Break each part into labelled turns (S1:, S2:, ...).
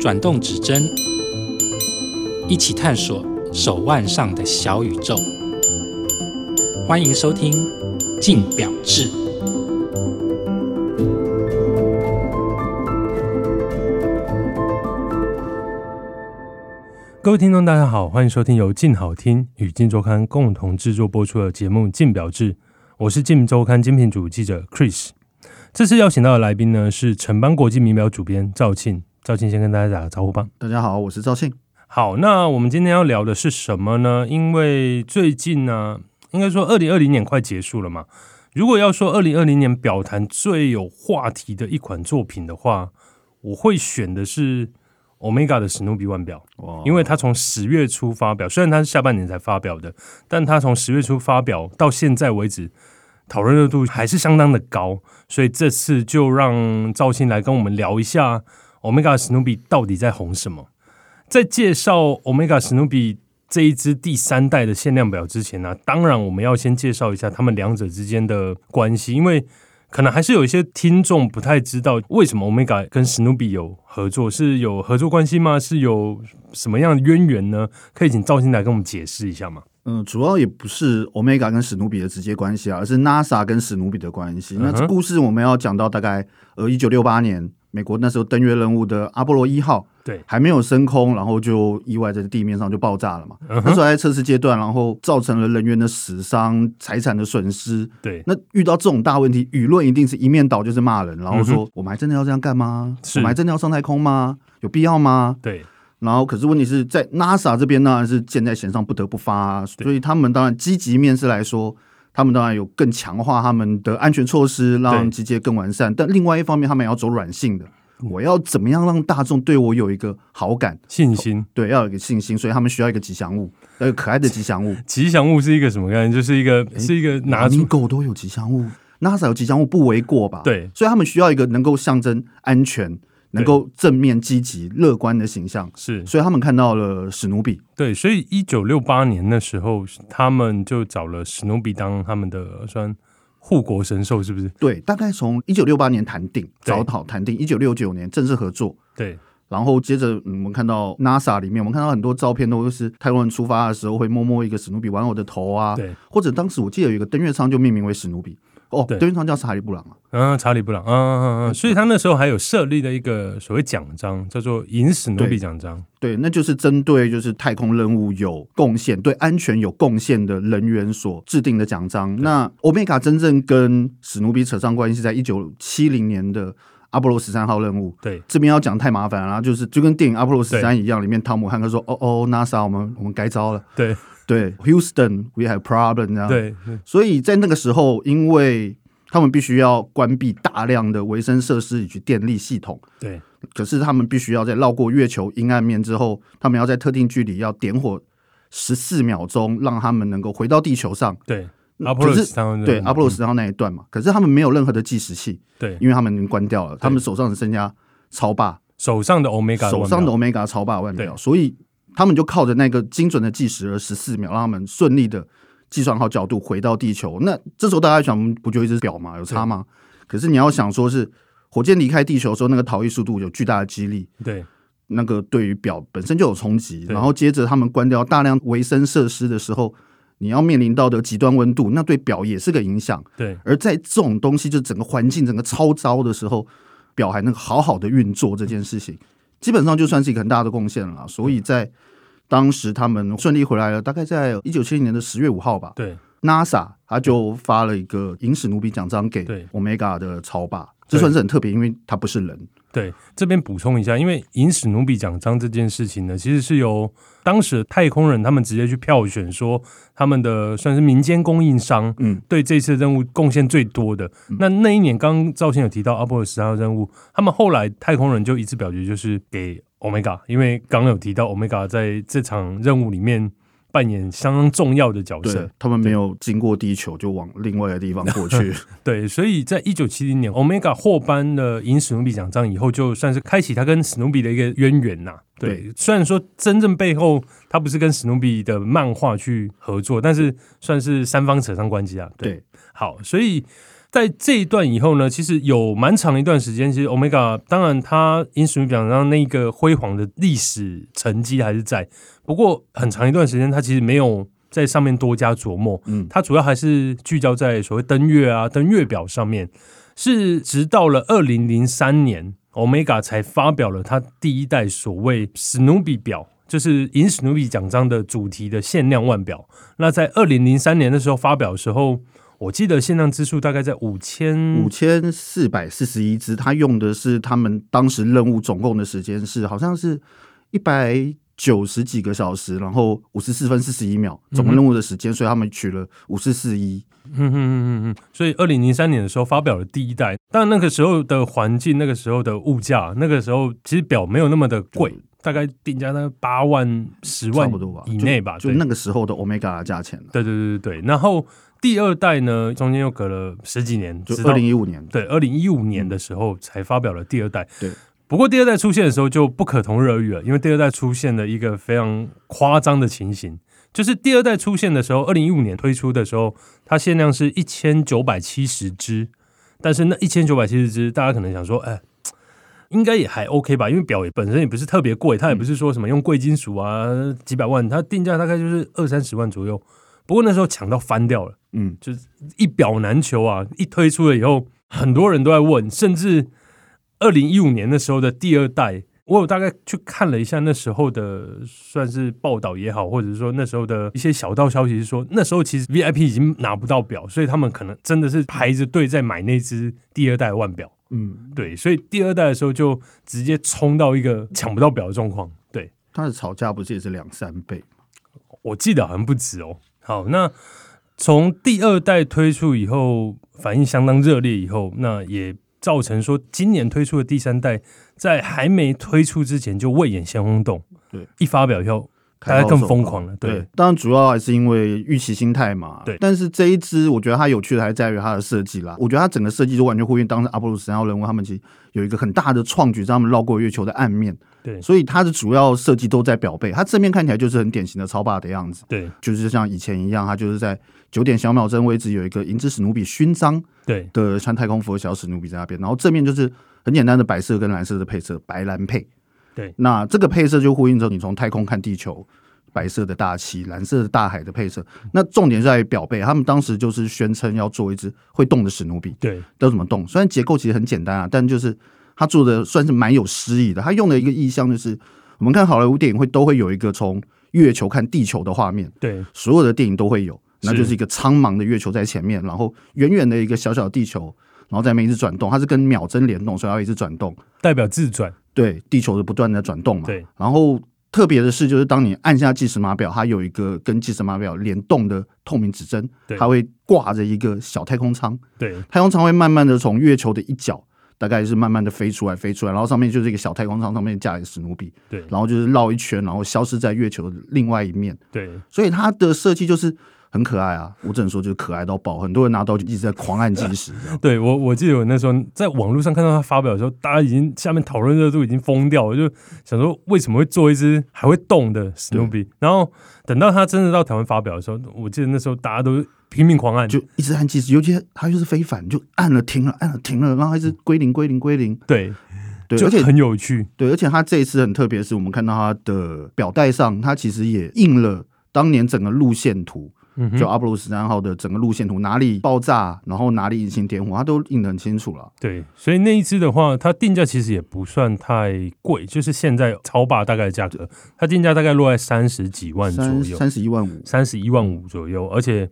S1: 转动指针，一起探索手腕上的小宇宙。欢迎收听《静表志》。
S2: 各位听众，大家好，欢迎收听由静好听与静周刊共同制作播出的节目《静表志》，我是静周刊精品组记者 Chris。这次邀请到的来宾呢是城邦国际名表主编赵庆，赵庆先跟大家打个招呼吧。
S3: 大家好，我是赵信。
S2: 好，那我们今天要聊的是什么呢？因为最近呢、应该说二零二零年快结束了嘛。如果要说二零二零年表坛最有话题的一款作品的话，我会选的是 Omega 的史努比腕表。
S3: 哇
S2: 因为它从十月初发表，虽然它是下半年才发表的，但它从十月初发表到现在为止，讨论热度还是相当的高，所以这次就让赵鑫来跟我们聊一下 Omega 史努比到底在红什么。在介绍 Omega 史努比这一支第三代的限量表之前呢、啊当然我们要先介绍一下他们两者之间的关系，因为可能还是有一些听众不太知道为什么 Omega 跟史努比有合作，是有合作关系吗？是有什么样的渊源呢？可以请赵鑫来跟我们解释一下吗？
S3: 嗯、主要也不是 Omega 跟史努比的直接关系啊，而是 NASA 跟史努比的关
S2: 嗯
S3: 系。那这故事我们要讲到大概呃一九六八年，美国那时候登月任务的阿波罗一号
S2: 对
S3: 还没有升空，然后就意外在地面上就爆炸了嘛。
S2: 嗯
S3: 那时候还在测试阶段，然后造成了人员的死伤、财产的损失。
S2: 对，
S3: 那遇到这种大问题，舆论一定是一面倒，就是骂人，然后说、我们还真的要这样干吗？
S2: 嗯是
S3: 我们还真的要上太空吗？有必要吗？
S2: 对，
S3: 然后，可是问题是在 NASA 这边当然是箭在弦上，不得不发、啊，
S2: 对
S3: 所以他们当然积极面试来说，他们当然有更强化他们的安全措施，让机械更完善。但另外一方面，他们也要走软性的，
S2: 嗯
S3: 我要怎么样让大众对我有一个好感？
S2: 信心。
S3: 对，要有一个信心，所以他们需要一个吉祥物，要有可爱的吉祥物。
S2: 吉祥物是一个什么概念？就是一个是一个拿
S3: 你
S2: 出
S3: 狗都有吉祥物，NASA 有吉祥物不为过吧？
S2: 对，
S3: 所以他们需要一个能够象征安全、能够正面、积极、乐观的形象。
S2: 是
S3: 所以他们看到了史努比。
S2: 对，所以一九六八年那时候，他们就找了史努比当他们的算护国神兽，是不是？
S3: 对，大概从一九六八年谈定，
S2: 对
S3: 早讨谈定，一九六九年正式合作。
S2: 对，
S3: 然后接着，嗯我们看到 NASA 里面，我们看到很多照片都是太空人出发的时候会摸摸一个史努比玩偶的头啊，
S2: 对，
S3: 或者当时我记得有一个登月舱就命名为史努比，哦，
S2: 对
S3: 登月舱叫查理布朗啊，
S2: 嗯，查理布朗，嗯嗯嗯嗯，所以他那时候还有设立了一个所谓奖章，叫做银史努比
S3: 对
S2: 奖章。
S3: 对，那就是针对就是太空任务有贡献、对安全有贡献的人员所制定的奖章。那 Omega 真正跟史努比扯上关系，在一九七零年的阿波罗十三号任务，
S2: 对，
S3: 这边要讲太麻烦了，就是就跟电影《阿波罗十三》一样，里面汤姆汉克说：“哦哦，NASA，我们我们该招了。
S2: 对，”
S3: 对，Houston，we have problem 这样。，
S2: 对，
S3: 所以在那个时候，因为他们必须要关闭大量的维生设施以及电力系统，
S2: 对，
S3: 可是他们必须要在绕过月球阴暗面之后，他们要在特定距离要点火十四秒钟，让他们能够回到地球上。
S2: 对，阿波罗
S3: 可
S2: 十
S3: 是
S2: 三号任务
S3: 对，阿波罗十号那一段嘛，可是他们没有任何的计时器，
S2: 对，
S3: 因为他们已经关掉了，他们手上只剩下超霸。
S2: 手上的 Omega，
S3: 手上的
S2: 腕
S3: Omega 超霸腕表，
S2: 对
S3: 所以他们就靠着那个精准的计时而十四秒，让他们顺利的计算好角度回到地球。那这时候大家想，不就一只表吗？有差吗？可是你要想说是火箭离开地球的时候，那个逃逸速度有巨大的激励，
S2: 表对，
S3: 那个对于表本身就有冲击。
S2: 对
S3: 然后接着他们关掉大量维生设施的时候，你要面临到的极端温度，那对表也是个影响。
S2: 对，
S3: 而在这种东西，就整个环境整个超糟的时候，表还能好好的运作这件事情，基本上就算是一个很大的贡献了啦。所以在当时他们顺利回来了，大概在一九七零年的十月五号吧
S2: 对，
S3: ，NASA 他就发了一个银史努比奖章给
S2: 对
S3: Omega 的超霸，
S2: 对
S3: 这算是很特别，因为他不是人，
S2: 对，这边补充一下，因为银史努比奖章这件事情呢，其实是由当时的太空人他们直接去票选，说他们的算是民间供应商，
S3: 嗯，
S2: 对这次任务贡献最多的。那那一年，刚刚赵先有提到阿波罗十号任务，他们后来太空人就一致表决，就是给 Omega，因为刚刚有提到 Omega 在这场任务里面扮演相当重要的角色
S3: 对。他们没有经过地球就往另外一个地方过去，
S2: 对，所以在一九七零年，Omega 获颁了银史努比奖章以后，就算是开启他跟史努比的一个渊源呐、对，
S3: 对
S2: 虽然说真正背后他不是跟史努比的漫画去合作，但是算是三方扯上关系啊。
S3: 对，
S2: 好，所以在这一段以后呢，其实有蛮长一段时间，其实 Omega 当然它英属表上那个辉煌的历史成绩还是在，不过很长一段时间它其实没有在上面多加琢磨，
S3: 嗯
S2: 它主要还是聚焦在所谓登月啊、登月表上面。是直到了二零零三年，Omega 才发表了它第一代所谓史努比表，就是银史努比奖章的主题的限量腕表。那在二零零三年的时候发表的时候，我记得限量只数大概在五千
S3: 五千四百四十一只，它用的是他们当时任务总共的时间是好像是一百九十几个小时，然后五十四分四十一秒
S2: 嗯
S3: 总共任务的时间，所以他们取了五四四一。
S2: 嗯嗯嗯嗯，所以二零零三年的时候发表了第一代，但那个时候的环境，那个时候的物价，那个时候其实表没有那么的贵，大概定价在八万、十
S3: 嗯差
S2: 万
S3: 不多吧，
S2: 以内吧，
S3: 就
S2: 对
S3: 就那个时候的 Omega 的价钱啊了，
S2: 对对对对对。然后第二代呢，中间又隔了十几年，
S3: 就
S2: 直到
S3: 二零一五年。
S2: 对二零一五年的时候才发表了第二代。
S3: 对。
S2: 不过第二代出现的时候就不可同日而语了，因为第二代出现了一个非常夸张的情形，就是第二代出现的时候，二零一五年推出的时候，它限量是一千九百七十只，但是那一千九百七十只，大家可能想说，哎，应该也还 OK 吧，因为表也本身也不是特别贵，它也不是说什么用贵金属啊几百万，它定价大概就是二三十万左右。不过那时候抢到翻掉了，
S3: 嗯，
S2: 一表难求啊！一推出了以后，很多人都在问，甚至二零一五年的时候的第二代，我有大概去看了一下那时候的算是报道也好，或者是说那时候的一些小道消息，是说那时候其实 VIP 已经拿不到表，所以他们可能真的是排着队在买那只第二代腕表。
S3: 嗯，
S2: 对，所以第二代的时候就直接冲到一个抢不到表的状况。对，
S3: 它的吵架不是也是两三倍？
S2: 我记得好像不止哦。好，那从第二代推出以后，反应相当热烈，以后那也造成说今年推出的第三代，在还没推出之前就未演先轰动，
S3: 对，
S2: 一发表以后，大
S3: 开
S2: 家
S3: 到
S2: 更
S3: 手
S2: 疯
S3: 吧
S2: 狂了，对，，
S3: 当然主要还是因为预期心态嘛。
S2: 对
S3: 但是这一支我觉得它有趣的还在于它的设计啦。我觉得它整个设计就完全呼应当时阿波罗十三号任务，他们其实有一个很大的创举，让他们绕过月球的暗面。
S2: 对
S3: 所以它的主要设计都在表背，它正面看起来就是很典型的超霸的样子，
S2: 对，
S3: 就是像以前一样，它就是在九点小秒针位置有一个银之史努比勋章
S2: 对，
S3: 的穿太空服的小史努比在那边，然后正面就是很简单的白色跟蓝色的配色，白蓝配。
S2: 对
S3: 那这个配色就呼应着你从太空看地球，白色的大气、蓝色的大海的配色。那重点是在于表背，他们当时就是宣称要做一只会动的史努比，
S2: 对，
S3: 都怎么动？虽然结构其实很简单啊，但就是他做的算是蛮有诗意的。他用的一个意象就是，我们看好莱坞电影会都会有一个从月球看地球的画面，
S2: 对，
S3: 所有的电影都会有，那
S2: 是
S3: 就是一个苍茫的月球在前面，然后远远的一个小小的地球，然后在那边一直转动，它是跟秒针联动，所以它会一直转动，
S2: 代表自转，
S3: 对，地球的不断的转动嘛。
S2: 对，
S3: 然后特别的是，就是当你按下计时码表，它有一个跟计时码表联动的透明指针
S2: 对，
S3: 它会挂着一个小太空舱，
S2: 对，
S3: 太空舱会慢慢的从月球的一角。大概是慢慢的飞出来，飞出来，然后上面就是一个小太空舱，上面架一个史努比，
S2: 对，
S3: 然后就是绕一圈，然后消失在月球的另外一面。
S2: 对，
S3: 所以它的设计就是很可爱啊，我只能说就是可爱到爆。很多人拿到就一直在狂按计 时，这样
S2: 对我，我记得我那时候在网络上看到他发表的时候，大家已经下面讨论热度已经疯掉，我就想说为什么会做一只还会动的史努比？然后等到他真的到台湾发表的时候，我记得那时候大家都拼命狂按，
S3: 就一直按计时。尤其它又是非凡，就按了停了，按了停了，然后还是归零归零归零。
S2: 对，
S3: 对，
S2: 就
S3: 而且
S2: 很有趣，
S3: 对，而且它这一次很特别，是我们看到它的表带上，它其实也印了当年整个路线图。
S2: 嗯
S3: 就
S2: 哼，
S3: 阿波罗十三号的整个路线图，哪里爆炸，然后哪里引擎点火，它都印得很清楚了。
S2: 对，所以那一只的话，它定价其实也不算太贵，就是现在超霸大概的价格，它定价大概落在三十几万左
S3: 三
S2: 右，
S3: 三十一万五，
S2: 三十一万五左右，而且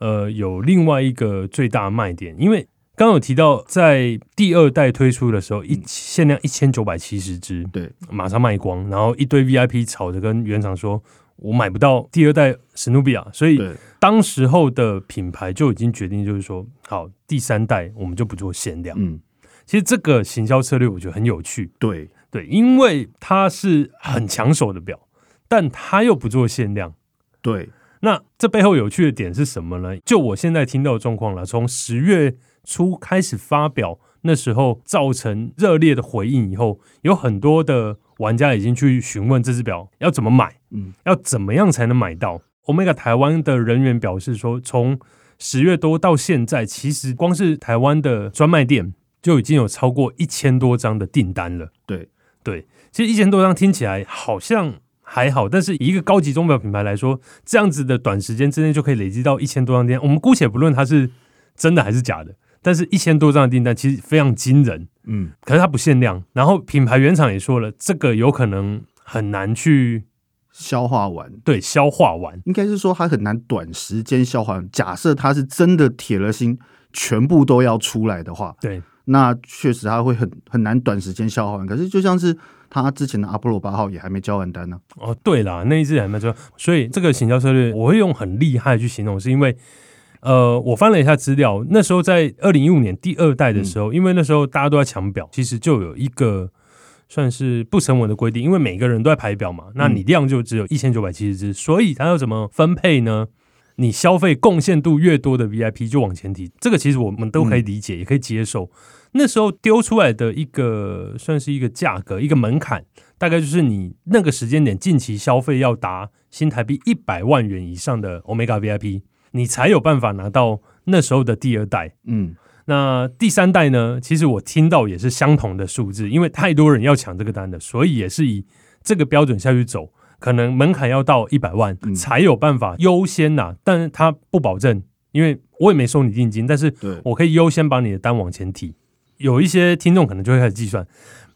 S2: 呃有另外一个最大卖点，因为刚刚有提到在第二代推出的时候，一
S3: 嗯
S2: 限量一千九百七十只，
S3: 对，
S2: 马上卖光，然后一堆 VIP 吵着跟原厂说。我买不到第二代史努比亚，所以
S3: 对
S2: 当时候的品牌就已经决定，就是说，好，第三代我们就不做限量。
S3: 嗯，
S2: 其实这个行销策略我觉得很有趣，
S3: 对，
S2: 对，因为它是很抢手的表，但它又不做限量，
S3: 对，
S2: 那这背后有趣的点是什么呢？就我现在听到的状况了，从十月初开始发表，那时候造成热烈的回应以后，有很多的玩家已经去询问这只表要怎么买，
S3: 嗯，
S2: 要怎么样才能买到。Omega 台湾的人员表示说，从十月多到现在，其实光是台湾的专卖店就已经有超过一千多张的订单了。
S3: 对
S2: 对，其实一千多张听起来好像还好，但是以一个高级钟表品牌来说，这样子的短时间之内就可以累积到一千多张订单，我们姑且不论它是真的还是假的，但是一千多张的订单其实非常惊人。
S3: 嗯，
S2: 可是它不限量，然后品牌原厂也说了，这个有可能很难去
S3: 消化完
S2: 对消化完。
S3: 应该是说它很难短时间消化完。假设它是真的铁了心，全部都要出来的话，
S2: 对，
S3: 那确实它会很很难短时间消化完。可是就像是它之前的阿波罗八号也还没交完单呢、
S2: 哦，对啦，那一只还蛮重要，所以这个行销策略我会用很厉害去形容，是因为呃，我翻了一下资料，那时候在二零一五年第二代的时候，因为那时候大家都在抢表，其实就有一个算是不成文的规定，因为每个人都在排表嘛，那你量就只有一千九百七十只，所以它要怎么分配呢？你消费贡献度越多的 VIP 就往前提，这个其实我们都可以理解，也可以接受。那时候丢出来的一个算是一个价格，一个门槛，大概就是你那个时间点近期消费要达新台币一百万元以上的 Omega VIP，你才有办法拿到那时候的第二代。
S3: 嗯，
S2: 那第三代呢？其实我听到也是相同的数字，因为太多人要抢这个单了，所以也是以这个标准下去走，可能门槛要到一百万
S3: 嗯
S2: 才有办法优先呐、但是它不保证，因为我也没收你定金，但是
S3: 对，
S2: 我可以优先把你的单往前提。有一些听众可能就会开始计算，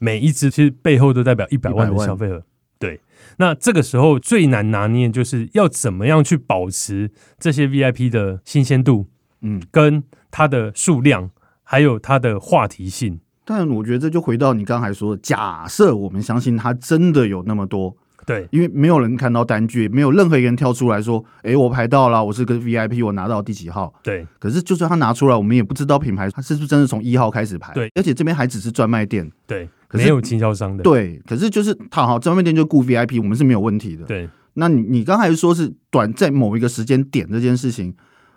S2: 每一只其实背后都代表一百万
S3: 100
S2: 的
S3: 万
S2: 消费额。对，那这个时候最难拿捏就是要怎么样去保持这些 VIP 的新鲜度，
S3: 嗯，
S2: 跟它的数量，还有它的话题性。
S3: 但我觉得这就回到你刚才说的，假设我们相信它真的有那么多，
S2: 对
S3: 因为没有人看到单据，没有任何一个人跳出来说：“诶，我排到了，我是个 VIP，我拿到第几号。
S2: 对”
S3: 可是就算他拿出来，我们也不知道品牌它是不是真的从一号开始排。
S2: 对，
S3: 而且这边还只是专卖店。
S2: 对，
S3: 可是
S2: 没有经销商的。
S3: 对，可是就是它好，专卖店就顾 VIP，我们是没有问题的。，
S2: 对
S3: 那你你刚才说是短在某一个时间点这件事情。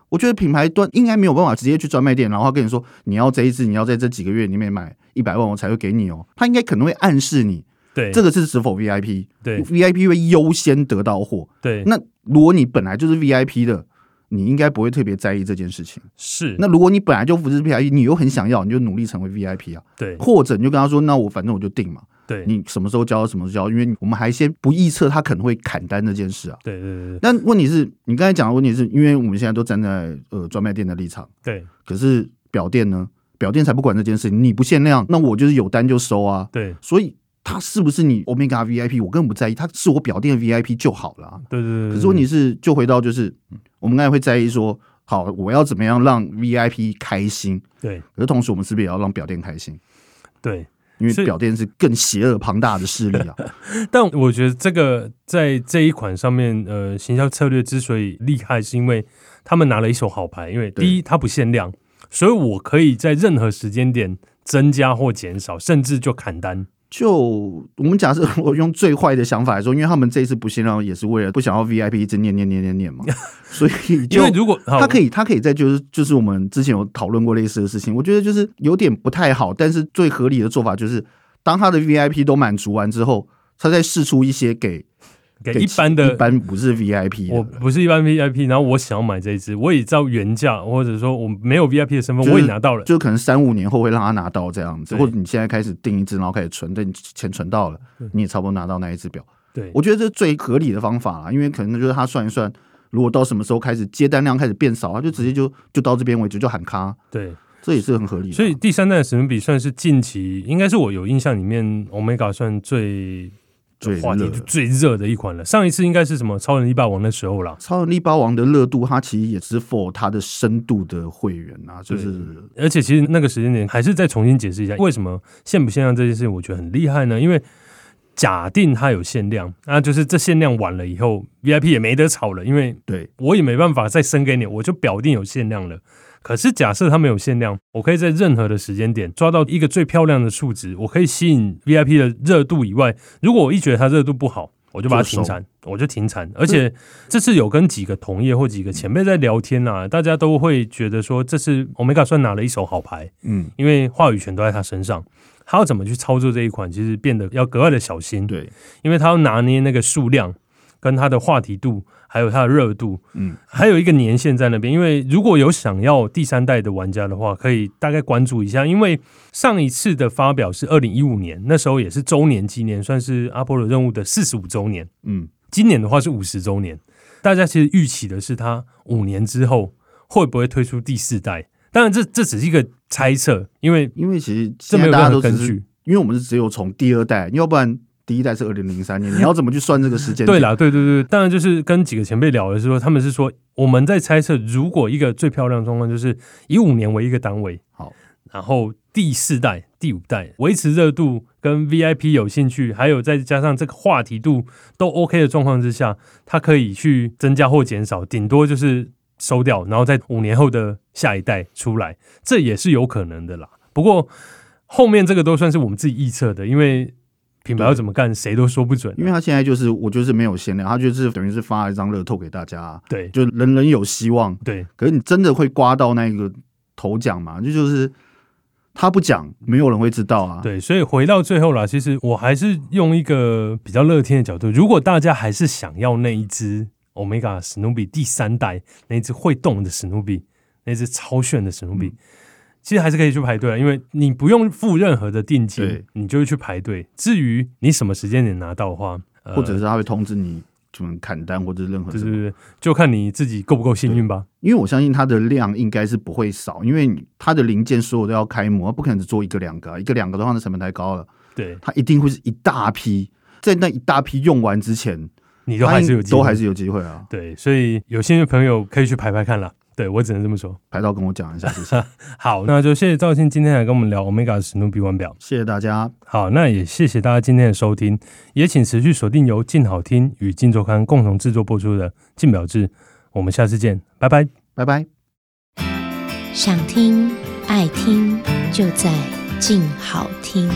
S3: 我觉得品牌端应该没有办法直接去专卖店，然后跟你说你要这一支，你要在这几个月里面买一百万，我才会给你哦。他应该可能会暗示你
S2: 对
S3: 这个是是否 VIP，VIP
S2: 对
S3: 会优先得到货。
S2: 对，
S3: 那如果你本来就是 VIP 的，你应该不会特别在意这件事情。
S2: 是
S3: 那如果你本来就不是 VIP，你又很想要，你就努力成为 VIP 啊，
S2: 对
S3: 或者你就跟他说，那我反正我就定嘛，
S2: 对对
S3: 你什么时候交什么时候交，因为我们还先不预测他可能会砍单这件事啊。
S2: 对对对
S3: 但问题是你刚才讲的问题是，因为我们现在都站在呃专卖店的立场，
S2: 对
S3: 可是表店呢，表店才不管这件事情，你不限量，那我就是有单就收啊，
S2: 对
S3: 所以。他是不是你 Omega VIP？我根本不在意，他是我表店的 VIP 就好了啊、
S2: 对对。
S3: 可是问题是，就回到就是嗯我们刚才会在意说，好，我要怎么样让 VIP 开心？
S2: 对
S3: 可是同时，我们是不是也要让表店开心？
S2: 对，
S3: 因为
S2: 所以
S3: 表店是更邪恶庞大的势力啊。
S2: 但我觉得这个在这一款上面，呃，行销策略之所以厉害，是因为他们拿了一手好牌。因为
S3: 对
S2: 第一，它不限量，所以我可以在任何时间点增加或减少，甚至就砍单。
S3: 就我们假设，我用最坏的想法来说，因为他们这一次不信任，也是为了不想要 VIP 一直念念念念 念嘛，所以
S2: 因
S3: 就
S2: 为如果
S3: 他可
S2: 以，
S3: 以，他可以在就是就是我们之前有讨论过类似的事情，我觉得就是有点不太好，但是最合理的做法就是，当他的 VIP 都满足完之后，他再试出一些给
S2: 给一般
S3: 一
S2: 的，
S3: 般不是 VIP 的
S2: 我不是一般 VIP，然后我想要买这一只，我也照原价，或者说我没有 VIP 的身份，
S3: 就是
S2: 我也拿到了。
S3: 就可能三五年后会让他拿到这样子，
S2: 对
S3: 或者你现在开始定一只，然后开始存，等你钱存到了
S2: 对，
S3: 你也差不多拿到那一只表。
S2: 对
S3: 我觉得这是最合理的方法啦，因为可能就是他算一算，如果到什么时候开始接单量开始变少，他啊就直接就就到这边为止，就喊卡，
S2: 对，
S3: 这也是很合理的。
S2: 所以第三代的史努比算是近期，应该是我有印象里面 Omega 算最
S3: 最
S2: 话题
S3: 热
S2: 最热的一款了。上一次应该是什么超人力霸王那时候啦。
S3: 超能力霸王的热度，它其实也是 for 它的深度的会员啊，就是
S2: 而且其实那个时间点还是再重新解释一下，为什么限不限量这件事情，我觉得很厉害呢？因为假定它有限量，那就是这限量完了以后，VIP 也没得炒了，因为
S3: 对
S2: 我也没办法再升给你，我就表定有限量了。可是假设它没有限量，我可以在任何的时间点抓到一个最漂亮的数值，我可以吸引 VIP 的热度以外，如果我一觉得它热度不好，我就把它停产，我就停产。而且这次有跟几个同业或几个前辈在聊天啊，大家都会觉得说，这次 Omega 算拿了一手好牌，
S3: 嗯
S2: 因为话语权都在他身上。他要怎么去操作这一款，其实变得要格外的小心。
S3: 对
S2: 因为他要拿捏那个数量跟它的话题度，还有它的热度，
S3: 嗯，
S2: 还有一个年限在那边。因为如果有想要第三代的玩家的话，可以大概关注一下，因为上一次的发表是二零一五年，那时候也是周年纪念，算是阿波罗任务的四十五周年。
S3: 嗯，
S2: 今年的话是五十周年，大家其实预期的是它五年之后会不会推出第四代。当然这，这只是一个猜测，因为
S3: 因为其实
S2: 这
S3: 现
S2: 没有
S3: 在大家
S2: 任
S3: 都
S2: 何
S3: 只
S2: 根
S3: 是，
S2: 据。
S3: 因为我们是只有从第二代，要不然第一代是二零零三年，你要怎么去算这个时间？
S2: 对，啦，对对对，当然就是跟几个前辈聊的是说，他们是说我们在猜测，如果一个最漂亮的状况就是以五年为一个单位，
S3: 好，
S2: 然后第四代、第五代维持热度跟 VIP 有兴趣，还有再加上这个话题度都 OK 的状况之下，它可以去增加或减少，顶多就是收掉，然后在五年后的下一代出来，这也是有可能的啦。不过后面这个都算是我们自己臆测的，因为品牌要怎么干，谁都说不准啊、
S3: 因为他现在就是我就是没有限量，他就是等于是发一张乐透给大家、啊
S2: 对
S3: 就人人有希望。
S2: 对。
S3: 可是你真的会刮到那个头奖嘛？这就是他不讲，没有人会知道啊。，
S2: 对，所以回到最后啦，其实我还是用一个比较乐天的角度，如果大家还是想要那一只 Omega 史努比第三代那一只会动的史努比，那只超炫的史努比，
S3: 嗯
S2: 其实还是可以去排队啊，因为你不用付任何的定金
S3: 对，
S2: 你就会去排队。至于你什么时间点拿到的话，呃
S3: 或者是他会通知你什么砍单或者任何
S2: 对
S3: 什
S2: 对
S3: 么。
S2: 对，就看你自己够不够幸运吧。
S3: 因为我相信它的量应该是不会少，因为你它的零件所有都要开模，不可能只做一个两个啊，一个两个的话那成本太高了，
S2: 对，
S3: 它一定会是一大批。在那一大批用完之前，
S2: 你
S3: 你
S2: 都还是有机会，
S3: 都还是有机会啊！
S2: 对，所以有兴趣的朋友可以去排排看啦。对我只能这么说。
S3: 排到跟我讲一下，谢谢，
S2: 好，那就谢谢赵信今天来跟我们聊 Omega 史努比腕表。
S3: 谢谢大家，
S2: 好，那也谢谢大家今天的收听，也请持续锁定由静好听与静周刊共同制作播出的《静表志》，我们下次见，拜拜。
S3: 拜拜。
S4: 想听爱听就在静好听。